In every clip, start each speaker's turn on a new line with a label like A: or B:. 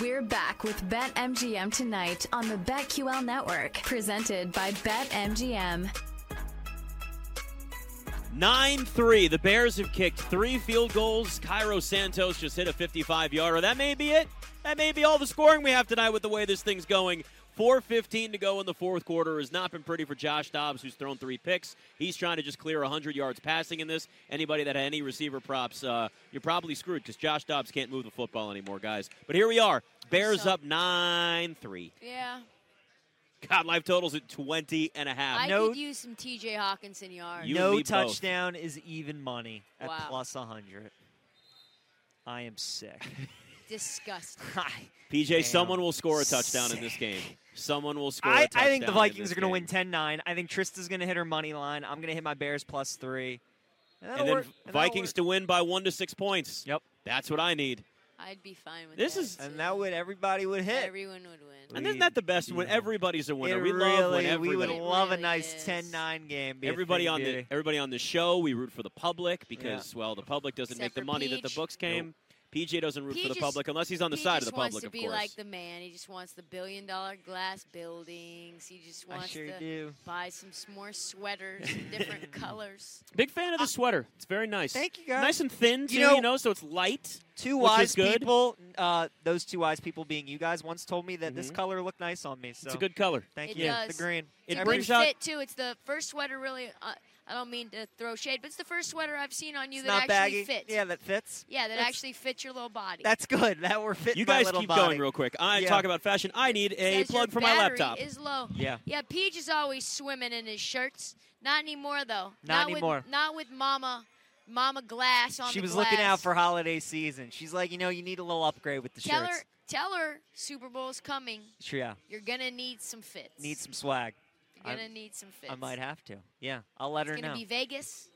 A: We're back with BetMGM tonight on the BetQL network, presented by BetMGM.
B: 9 3. The Bears have kicked three field goals. Cairo Santos just hit a 55 yarder. That may be it. That may be all the scoring we have tonight with the way this thing's going. 4.15 to go in the fourth quarter has not been pretty for Josh Dobbs, who's thrown three picks. He's trying to just clear 100 yards passing in this. Anybody that had any receiver props, uh, you're probably screwed because Josh Dobbs can't move the football anymore, guys. But here we are. Bears
C: So-
B: up 9 3.
C: Yeah.
B: God, live totals at 20 and a half.
C: I
D: no-
C: could use some TJ Hawkinson yards.
B: You and
D: no
B: me both.
D: touchdown is even money at
C: Wow.
D: plus 100. I am sick.
C: Disgusting.
B: PJ,
D: Damn.
B: someone will score a touchdown in this
D: Sick.
B: game. Someone will score. I
D: I, I think the Vikings are going to win 10 9. I think Trista's going to hit her money line. I'm going to hit my Bears plus three. that'll
B: And then
D: work. that'll
B: Vikings
D: work.
B: to win by one to six points.
D: Yep.
B: That's what I need.
C: I'd be fine with
B: This
C: is
B: is-
D: And that would, everybody would hit.
C: Everyone would win.
B: And isn't that the best when
D: Yeah.
B: everybody's a winner?
D: It
B: we
D: really,
B: love when
D: we would
B: everybody.
C: It
D: love
C: really
D: a nice
C: is.
D: 10 9 game. be a
B: Everybody
D: thing
B: on
D: of
B: the
D: beauty.
B: everybody on the show, we root for the public because well, the public doesn't
C: Except
B: make the
C: for
B: money that the
C: Peach.
B: books came. PJ doesn't root
C: Peach
B: for the
C: just-
B: public unless he's on the
C: he
B: side
C: just
B: of the
C: wants
B: public,
C: to
B: of
C: be
B: course.
C: like the man. He just wants the billion dollar glass buildings. He just
D: I
C: wants
D: sure
C: to
D: do.
C: buy some more sweaters in different colors.
B: Big fan of
C: Ah.
B: the sweater. It's very nice.
D: Thank you, guys.
B: Nice and thin too, you know,
D: know-
B: so it's light.
D: Two
B: which is
D: wise
B: good.
D: people, uh, those two wise people being you guys, once told me that this
B: Mhm.
D: color looked nice on me. So
B: It's a good color.
D: Thank
C: It
D: you.
C: does.
D: The green.
B: It
D: I
C: Good
B: brings
D: appreciate-
B: out-
C: fit too. It's the first sweater really. Uh, I don't mean to throw shade, but it's the first sweater I've seen on you
D: It's
C: that
D: not
C: actually
D: baggy.
C: fits.
D: Yeah, that fits.
C: Yeah, that
D: That's-
C: actually fits your little body.
D: That's good. That we're fitting
B: You
D: my
B: guys
D: little
B: keep
D: body.
B: going real quick. I
D: Yeah.
B: talk about fashion. I need a
C: Says your
B: plug for my
C: battery
B: laptop.
C: Is low.
D: Yeah.
C: Yeah, Peach is always swimming in his shirts. Not anymore though.
D: Not anymore.
C: With, not with Mama, Mama Glass on.
D: She
C: the
D: was looking out
C: glass.
D: for holiday season. She's like, you know, you need a little upgrade with the
C: Tell
D: shirts.
C: her, tell her, Super Bowl's coming.
D: Sure, yeah,
C: You're gonna need some fits.
D: need some swag.
C: You're gonna
D: I'm-
C: need some fits.
D: I might have to. Yeah, I'll let her
C: It's gonna
D: know.
C: be Vegas.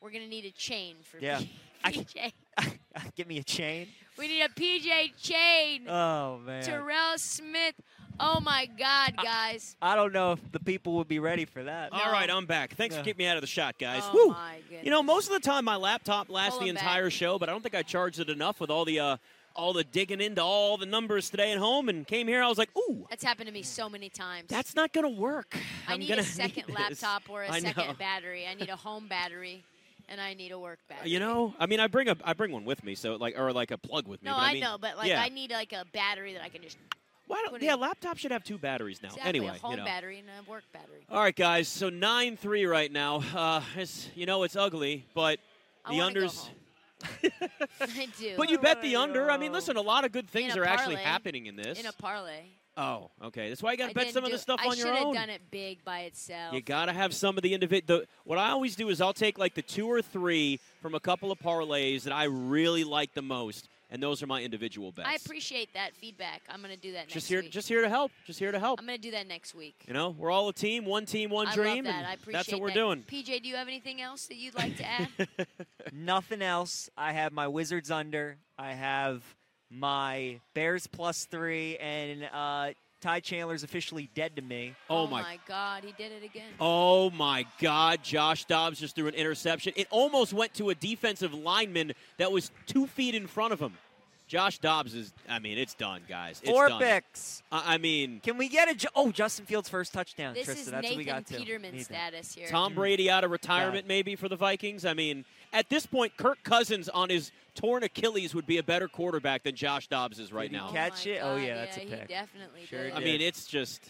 C: We're gonna need a chain for
D: Yeah. I-
C: PJ.
D: Give me a chain.
C: we need a PJ chain.
D: Oh man,
C: Terrell Smith. Oh my God, guys.
D: I don't know if the people would be ready for that.
B: All
C: No.
B: right, I'm back. Thanks
D: Yeah.
B: for keeping me out of the shot, guys.
C: Oh,
B: Woo!
C: my goodness.
B: You know, most of the time my laptop lasts
C: Pull
B: the
C: 'em back.
B: entire show, but I don't think I charged it enough with all the uh, all the digging into all the numbers today at home. And came here, I was like, ooh,
C: That's happened to me so many times.
B: that's not gonna work.
C: I
B: I'm
C: need
B: gonna
C: a second
B: need this."
C: laptop or a
B: I
C: second
B: know.
C: battery. I need a home battery, and I need a work battery.
B: Uh, You know, I mean, I bring a I bring one with me, so like or like a plug with me.
C: No,
B: but
C: I,
B: I mean,
C: know, but like
B: yeah.
C: I need like a battery that I can just
B: Why don't
C: put
B: yeah?
C: in-
B: Laptop should have two batteries now.
C: exactly
B: anyway,
C: a home
B: you know.
C: battery and a work battery.
B: All right, guys. So nine three right now. Uh, it's, you know, it's ugly, but
C: I
B: the
C: wanna go
B: unders.
C: home. I do.
B: But you bet the under. I mean,
D: know.
B: listen, a lot of good things
C: a
B: are actually
C: parlay.
B: happening in this.
C: in a parlay.
B: oh, okay. That's why you got
C: I
B: to bet
C: didn't
B: some of
C: do
B: the
C: it-
B: stuff on your
C: I should
B: own.
C: have done it big by itself.
B: You got to have some of the individual. What I always do is I'll take like the two or three from a couple of parlays that I really like the most, and those are my individual bets.
C: I appreciate that feedback. I'm gonna do that next
B: Just here,
C: week.
B: just here to help. Just here to help.
C: I'm gonna do that next week.
B: you know, we're all a team, one team, one
C: I
B: dream.
C: love that.
B: and
C: I appreciate
B: that's what we're
C: that.
B: doing.
C: PJ, do you have anything else that you'd like to add?
D: Nothing else. I have my Wizards under. I have my Bears plus three, and uh, Ty Chandler's officially dead to me.
B: Oh my
C: God, he did it again.
B: Oh my God, Josh Dobbs just threw an interception. It almost went to a defensive lineman that was two feet in front of him. Josh Dobbs is, I mean, it's done, guys. It's
D: Four
B: done.
D: picks.
B: I, I mean,
D: Can we get a? Ju- oh, Justin Fields' first touchdown.
C: This
D: Trista,
C: is
D: that's
C: Nathan
D: what we got to.
C: Peterman
D: Nathan.
C: status here.
B: Tom
D: Mm-hmm.
B: Brady out of retirement maybe for the Vikings. I mean, at this point, Kirk Cousins on his torn Achilles would be a better quarterback than Josh Dobbs is right
D: Did he
B: now.
C: Oh
D: Catch
C: my
D: it? Oh,
C: God,
D: yeah, that's a
C: He
D: pick.
C: definitely
D: Sure
C: did.
D: he
B: I
D: did.
B: mean, it's just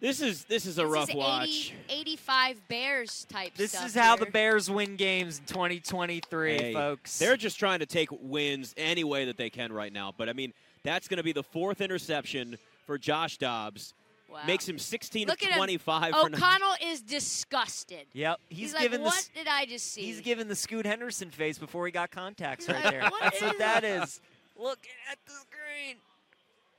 B: this is this is a
C: This
B: rough
C: is
B: watch.
C: 80, 85 Bears type
D: This
C: stuff
D: is how the
C: here.
D: Bears win games in 2023,
B: Hey,
D: folks.
B: They're just trying to take wins any way that they can right now. But I mean, that's going to be the fourth interception for Josh Dobbs.
C: Wow.
B: Makes him 16
C: Look
B: of
C: at him.
B: 25 for nine-
C: O'Connell is disgusted.
D: Yep, he's,
C: He's, like,
D: giving the
C: what
D: s-
C: did I just see?
D: he's giving the Scoot Henderson face before he got contacts
C: He's
D: right
C: like,
D: there.
C: "What
D: That's what
C: is
D: that is. Look at the screen.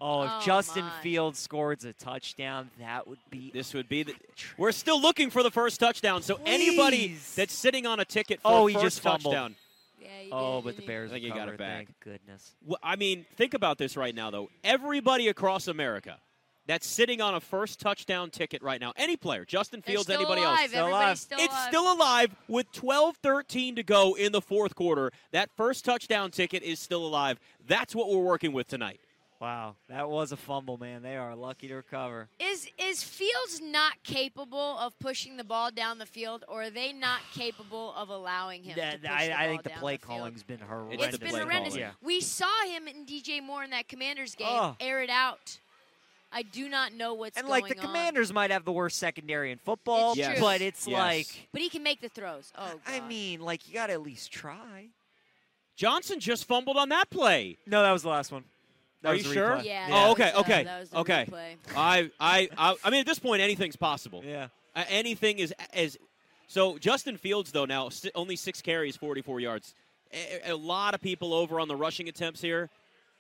D: Oh, if
C: Oh,
D: Justin
C: my.
D: Fields scores a touchdown, that would be
B: This would be the.
D: Electric.
B: We're still looking for the first touchdown. So anybody
D: Please.
B: that's sitting on a ticket for
D: Oh,
B: a
D: he
B: first
D: just fumbled.
B: touchdown.
C: yeah, he
D: Oh,
C: did,
D: but the
C: didn't he?
D: Bears
B: I think he got
D: recovered,
B: it back.
D: Thank goodness.
B: Wh- I mean, think about this right now, though. Everybody across America that's sitting on a first touchdown ticket right now. Any player, Justin
C: They're
B: Fields,
C: still
B: anybody
C: alive.
B: else.
D: Still
C: Everybody's
D: alive.
C: still
B: It's
C: alive.
B: still alive with 12 13 to go in the fourth quarter. That first touchdown ticket is still alive. That's what we're working with tonight.
D: Wow, that was a fumble, man. They are lucky to recover.
C: Is is Fields not capable of pushing the ball down the field, or are they not capable of allowing him?
D: That-
C: to push
D: I,
C: the
D: I
C: ball
D: think the
C: down
D: play
C: field?
D: calling's been horrendous.
C: It's
B: the
C: been
B: play
C: horrendous.
B: calling.
D: Yeah.
C: We saw him and DJ Moore in that Commanders game
D: Oh.
C: air it out. I do not know what's
D: And like the
C: going on.
D: Commanders might have the worst secondary in football,
C: It's true.
D: but it's
B: Yes.
D: like uh,
C: but he can make the throws. Oh,
D: I
C: God.
D: mean, like you got to at least try.
B: Johnson just fumbled on that play.
D: No, that was the last one. That
B: Are
D: was
B: you
D: the
B: sure?
D: replay.
C: yeah.
B: Oh,
C: that
B: okay,
C: was, uh,
B: okay,
C: that was the
B: okay.
C: replay.
B: I, I, I, I mean, at this point, anything's possible.
D: Yeah.
B: Uh, anything is is so Justin Fields though now si- only six carries, 44 yards. A, a a lot of people over on the rushing attempts here.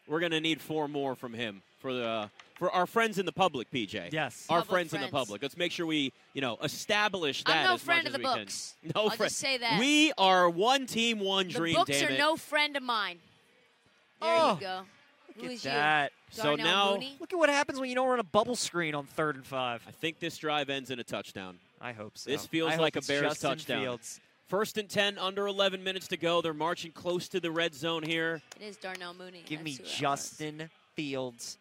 B: We're gonna need four more from him for the for our friends in the public, PJ.
D: Yes.
B: our
C: Public
B: friends, in the
C: friends.
B: public. Let's make sure we you know establish that.
C: I'm no
B: as
C: friend
B: much
C: of
B: as
C: the
B: we can.
C: books.
B: No
C: I'll
B: friend.
C: just say that.
B: we are one team, one
C: The
B: dream.
C: books
B: damn
C: are
B: it.
C: no friend of mine. There
D: Oh,
C: you go. Who
D: Look at
C: is
D: that.
C: you?
B: So
C: Darnell
B: now-
C: Mooney?
D: Look at what happens when you don't run a bubble screen on third and five.
B: I think this drive ends in a touchdown.
D: I hope so.
B: This feels
D: I hope
B: like a
D: it's
B: Bears
D: Justin
B: touchdown.
D: Fields.
B: First and ten, under 11 minutes to go. They're marching close to the red zone here.
C: It is Darnell Mooney.
D: Give me
C: That's who that was.
D: Justin Fields.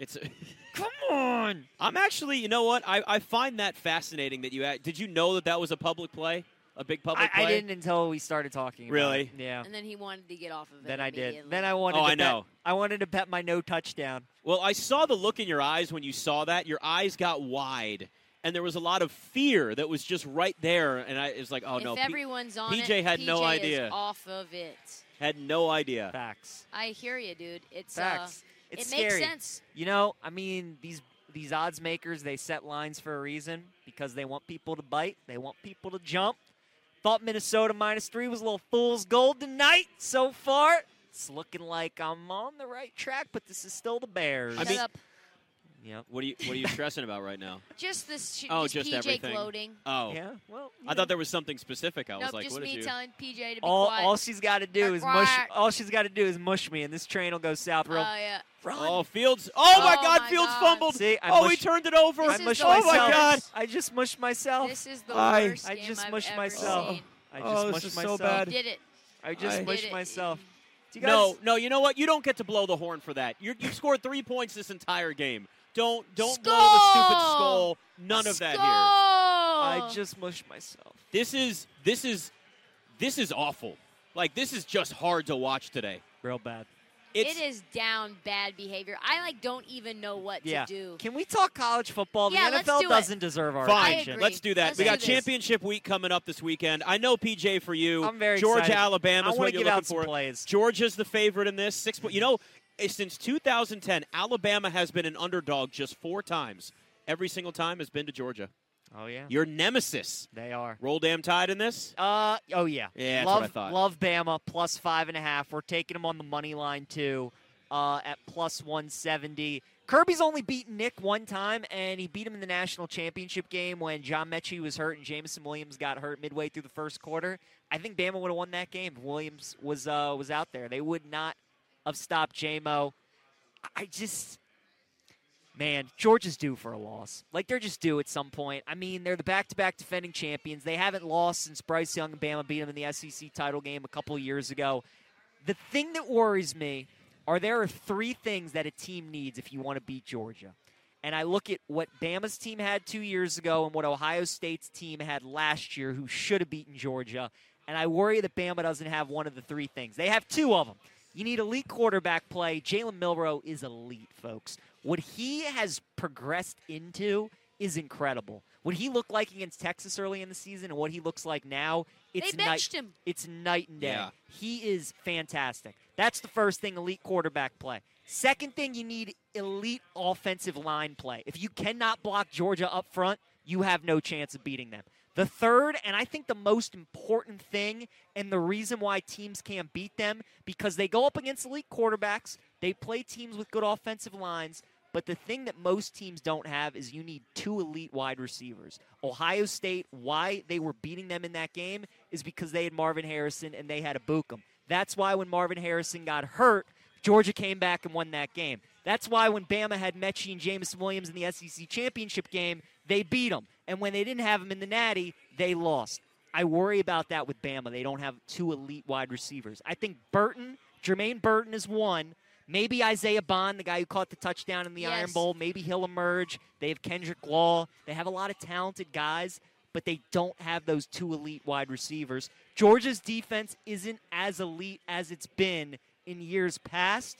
B: It's
D: Come on.
B: I'm actually, you know what? I, I find that fascinating that you act, did you know that that was a public play, a big
D: I,
B: public
D: I
B: play.
D: didn't until we started talking. about
B: Really?
D: it. Yeah.
C: And then he wanted to get off of it.
D: Then I did.
C: immediately.
D: Then I wanted.
B: Oh,
D: to
B: I know.
D: Bet, I wanted to bet my no touchdown.
B: Well, I saw the look in your eyes when you saw that. Your eyes got wide, and there was a lot of fear that was just right there. And I it was like, oh no,
C: if
B: P-
C: everyone's on
B: PJ
C: it,
B: had no
C: PJ is
B: idea.
C: off of it.
B: had no idea.
D: Facts.
C: I hear you, dude. It's uh,
D: Facts.
C: it
D: it's
C: makes
D: scary.
C: sense.
D: You know, I mean, these these odds makers they set lines for a reason because they want people to bite, they want people to jump. Thought Minnesota minus three was a little fool's gold tonight. So far, it's looking like I'm on the right track, but this is still the Bears.
B: I
C: Shut
B: mean-
C: up.
D: yep.
B: What are you What are you stressing about right now?
C: Just this. Sh-
B: Oh,
C: just,
B: just
C: PJ
B: everything.
C: gloating.
B: Oh,
D: Yeah. Well, you
B: I
D: know.
B: thought there was something specific. I was
C: nope,
B: like,
C: just
B: what
C: me
B: did you?
C: telling PJ to be
D: all,
C: quiet.
D: all she's got to do
C: Be
D: is mush.
C: quiet.
D: All she's got to do is mush me, and this train will go south.
C: oh
D: Real
C: yeah.
D: run.
B: Oh, Fields! Oh my
C: Oh,
B: God,
C: my
B: Fields
C: God.
B: fumbled.
D: See, I
B: oh,
D: mushed,
B: he turned it over.
C: This
D: I
C: is
D: mushed
C: the
B: oh my
D: myself.
B: God!
C: worst.
D: I just mushed myself.
C: This is the
B: I-
C: worst
D: I
C: game
D: just
C: I've
D: mushed
C: ever
D: myself.
C: seen.
D: I just
B: Oh, this
D: mushed
B: is so
D: myself.
B: bad.
C: You did it.
D: I just
B: I-
D: mushed
C: Did it.
D: myself. Do you guys,
B: No, no, you know what? You don't get to blow the horn for that. You're, you scored three points this entire game. Don't don't blow the stupid
C: Skull!
B: skull. None of that here.
D: I
C: I
D: just mushed myself.
B: This is this is this is awful. Like this is just hard to watch today.
D: Real bad.
B: It's
C: it is down bad behavior. I like don't even know what
D: Yeah.
C: to do.
D: Can we talk college football?
C: Yeah,
D: the
C: let's
D: NFL
C: do it.
D: doesn't deserve our
B: fine.
C: I
D: attention.
C: agree.
B: Let's do that.
C: Let's
B: we
C: do
B: got
C: this.
B: championship week coming up this weekend. I know PJ for you.
D: I'm very
B: Georgia
D: excited.
B: Alabama
D: I
B: is
D: wanna
B: what you're
D: give
B: looking
D: out some
B: for.
D: plays.
B: Georgia's the favorite in this. Six point. You know, eh, since 2010, Alabama has been an underdog just four times. Every single time has been to Georgia.
D: Oh yeah,
B: Your nemesis.
D: they are.
B: Roll damn tide in this.
D: Uh oh yeah.
B: Yeah, that's
D: love
B: what I thought.
D: love Bama plus five and a half. We're taking them on the money line too, uh, at plus one seventy. Kirby's only beaten Nick one time, and he beat him in the national championship game when John Mechie was hurt and Jamison Williams got hurt midway through the first quarter. I think Bama would have won that game if Williams was uh, was out there. They would not have stopped JMO. I just, man, Georgia's due for a loss. Like they're just due at some point. I mean, they're the back-to-back defending champions. They haven't lost since Bryce Young and Bama beat them in the SEC title game a couple years ago. The thing that worries me are there are three things that a team needs if you want to beat Georgia. And I look at what Bama's team had two years ago and what Ohio State's team had last year, who should have beaten Georgia. And I worry that Bama doesn't have one of the three things. They have two of them. You need elite quarterback play. Jalen Milrow is elite, folks. What he has progressed into is incredible. What he looked like against Texas early in the season and what he looks like now, it's
C: they
D: night
C: benched him.
D: it's night and day.
B: Yeah.
D: He is fantastic. That's the first thing elite quarterback play. Second thing, you need elite offensive line play. If you cannot block Georgia up front, you have no chance of beating them. The third, and I think the most important thing, and the reason why teams can't beat them, because they go up against elite quarterbacks, they play teams with good offensive lines, but the thing that most teams don't have is you need two elite wide receivers. Ohio State, why they were beating them in that game is because they had Marvin Harrison and they had a Bookum. That's why when Marvin Harrison got hurt, Georgia came back and won that game. That's why when Bama had Mechie and Jameis Williams in the SEC championship game, they beat them. And when they didn't have them in the Natty, they lost. I worry about that with Bama. They don't have two elite wide receivers. I think Burton, Jermaine Burton, is one. Maybe Isaiah Bond, the guy who caught the touchdown in the Iron
C: Yes.
D: Bowl, maybe he'll emerge. They have Kendrick Law. They have a lot of talented guys, but they don't have those two elite wide receivers. Georgia's defense isn't as elite as it's been in years past,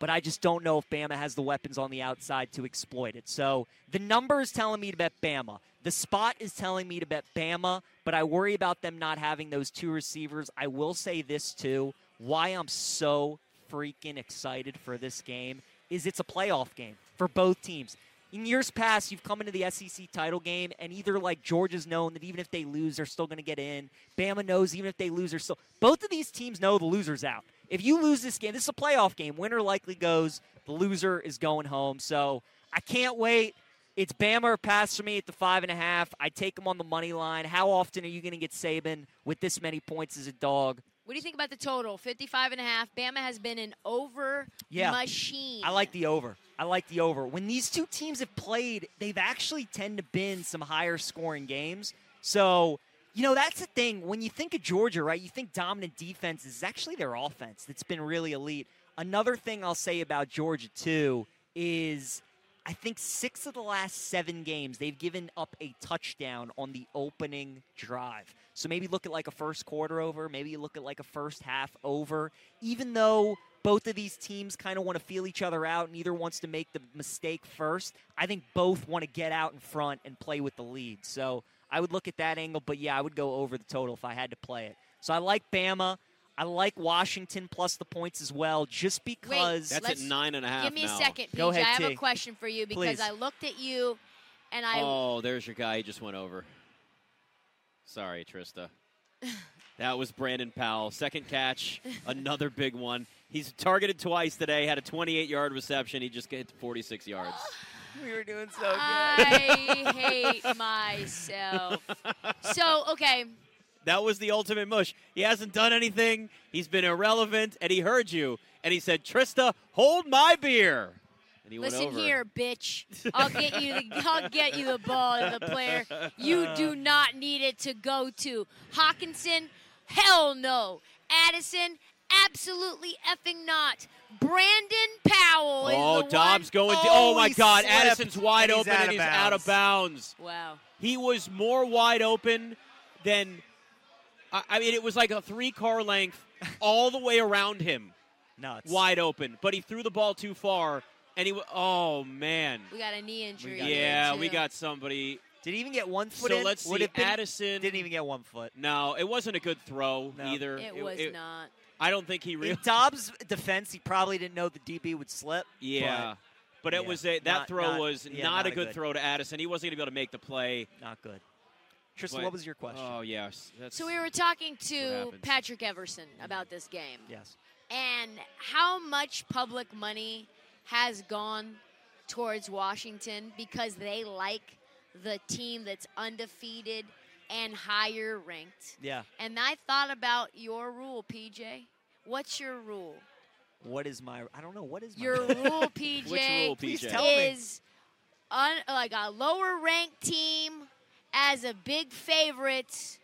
D: but I just don't know if Bama has the weapons on the outside to exploit it. So the number is telling me to bet Bama. The spot is telling me to bet Bama, but I worry about them not having those two receivers. I will say this too why I'm so freaking excited for this game is it's a playoff game for both teams. In years past, you've come into the SEC title game, and either like Georgia's known that even if they lose, they're still going to get in. Bama knows even if they lose, they're still. Both of these teams know the loser's out. If you lose this game, this is a playoff game. Winner likely goes. The loser is going home. So I can't wait. It's Bama or pass for me at the five and a half. I take them on the money line. How often are you going to get Saban with this many points as a dog?
C: What do you think about the total? 55 and a half. Bama has been an over
D: Yeah.
C: machine.
D: I like the over. I like the over. When these two teams have played, they've actually tend to been some higher scoring games. So, you know, that's the thing. When you think of Georgia, right, you think dominant defense is actually their offense that's been really elite. Another thing I'll say about Georgia, too, is I think six of the last seven games, they've given up a touchdown on the opening drive. So maybe look at like a first quarter over. Maybe you look at like a first half over. Even though both of these teams kind of want to feel each other out, neither wants to make the mistake first. I think both want to get out in front and play with the lead. So I would look at that angle, but yeah, I would go over the total if I had to play it. So I like Bama. I like Washington plus the points as well, just because.
B: That's
C: Let's-
B: at nine and a half.
C: Give me
B: now.
C: a second, PJ.
D: Go ahead,
C: I have
D: T.
C: a question for you because
D: Please.
C: I looked at you and I
B: Oh, there's your guy. He just went over. Sorry, Trista. that was Brandon Powell. Second catch, another big one. He's targeted twice today. Had a 28-yard reception. He just hit 46 yards.
D: we were doing so
C: Uh, I hate myself. So, okay.
B: That was the ultimate mush. He hasn't done anything. He's been irrelevant, and he heard you, and he said, "Trista, hold my beer." And he went
C: Listen
B: over.
C: here, bitch. I'll get you the I'll get you the ball to the player. You do not need it to go to. Hawkinson, hell no. Addison, absolutely effing not. Brandon Powell is
B: Oh,
C: the
B: Dobbs
C: one.
B: going. to-
D: Oh,
B: oh my
D: he
B: God!
D: slipped,
B: Addison's wide
D: and he's
B: open,
D: out
B: and
D: of
B: he's out of bounds.
C: Wow.
B: he was more wide open than I, I mean it was like a three car length all the way around him
D: Nuts.
B: wide open but he threw the ball too far and he wa- oh man
C: We got a knee injury.
D: got-
B: yeah
C: there,
B: we
C: too.
B: got somebody
D: Did he even get one foot
B: so
D: in?
B: let's
D: Would
B: see
D: it been-
B: Addison
D: Didn't even get one foot.
B: no it wasn't a good throw
D: No.
B: either
C: It was not.
B: I don't think he
D: In
B: really
D: Dobbs' defense, he probably didn't know the DB would slip.
B: yeah but it
D: yeah,
B: was a, that
D: not-
B: throw
D: not-
B: was
D: yeah,
B: not, a good, throw to Addison he wasn't gonna be able to make the play
D: but Not good. Tristan,
B: But-
D: what was your question?
B: oh yes that's
C: So we were talking
B: what
C: to
B: happens.
C: Patrick Everson about this game.
D: yes.
C: and how much public money has gone towards Washington because they like the team that's undefeated and higher ranked.
D: Yeah.
C: And I thought about your rule, PJ. What's your rule?
D: What is my? I don't know. What is my?
C: Your rule, PJ,
B: which rule
D: Please
B: PJ
D: tell me.
C: is un, like a lower ranked team as a big favorite.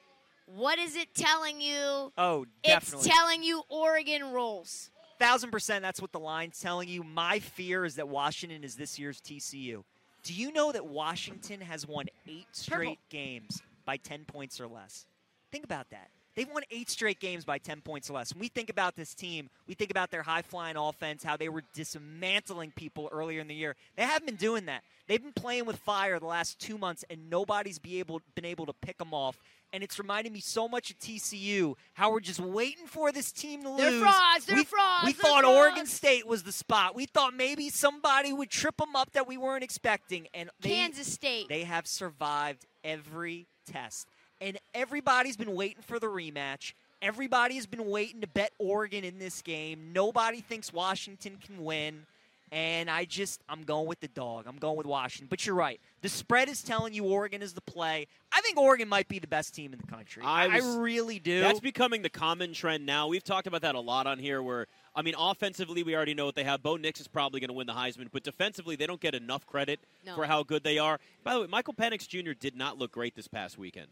C: What is it telling you?
D: oh,
C: It's
D: definitely.
C: telling you Oregon rules.
D: Thousand percent. That's what the line's telling you. My fear is that Washington is this year's TCU. Do you know that Washington has won eight straight games by ten points or less? Think about that. They've won eight straight games by 10 points or less. When we think about this team, we think about their high flying offense, how they were dismantling people earlier in the year. They haven't been doing that. They've been playing with fire the last two months, and nobody's be able, been able to pick them off. And it's reminding me so much of TCU, how we're just waiting for this team to
C: They're
D: lose.
C: frauds, they're
D: we,
C: frauds,
D: We
C: they're
D: thought Oregon
C: frauds.
D: State was the spot. We thought maybe somebody would trip them up that we weren't expecting. And they,
C: Kansas State.
D: they have survived every test. And everybody's been waiting for the rematch. Everybody's been waiting to bet Oregon in this game. Nobody thinks Washington can win. And I just, I'm going with the dog. I'm going with Washington. But you're right. The spread is telling you Oregon is the play. I think Oregon might be the best team in the country.
B: I
D: I,
B: was-
D: really do.
B: That's becoming the common trend now. We've talked about that a lot on here where I mean offensively we already know what they have. Bo Nix is probably going to win the Heisman, but defensively they don't get enough credit
C: No.
B: for how good they are. By the way, Michael Penix Jr. did not look great this past weekend.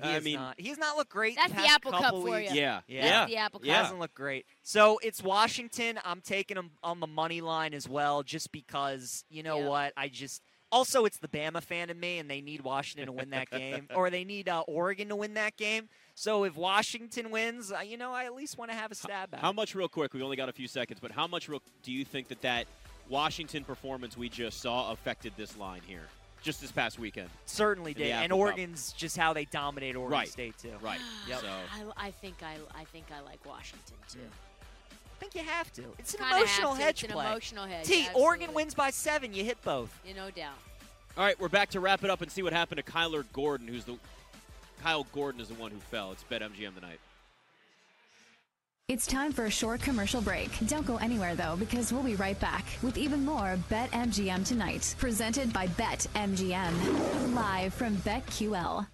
D: he
B: I
D: has
B: mean,
D: not, he has not looked great.
C: That's the
D: past
C: Apple Cup
D: couple
C: for
D: weeks.
C: you.
B: yeah. yeah.
D: Yeah.
C: That's the apple
B: Yeah.
C: cup.
D: Doesn't look great. So it's Washington. I'm taking them on the money line as well, just because you know
C: Yeah.
D: what? I just also it's the Bama fan in me, and they need Washington to win that game, or they need uh, Oregon to win that game. So if Washington wins, uh, you know I at least want to have a stab at.
B: How
D: it.
B: much real quick? We only got a few seconds, but how much real do you think that that Washington performance we just saw affected this line here just this past weekend?
D: Certainly
B: in the
D: did, and
B: Apple Cup?
D: Oregon's just how they dominate Oregon
B: Right.
D: State too.
B: Right.
D: Yep.
B: So
C: I, I think I, I think I like Washington too.
B: Mm.
D: I think you have to. It's an
C: Kinda have
D: emotional
C: to.
D: hedge
C: It's an
D: play.
C: emotional hedge.
D: T. Oregon
C: absolutely.
D: wins by seven. You hit both.
C: Yeah, no doubt.
B: All right, we're back to wrap it up and see what happened to Kyler Gordon, who's the Kyle Gordon is the one who fell. It's Bet MGM tonight.
A: It's time for a short commercial break. Don't go anywhere though, because we'll be right back with even more BetMGM tonight, presented by BetMGM, live from BetQL.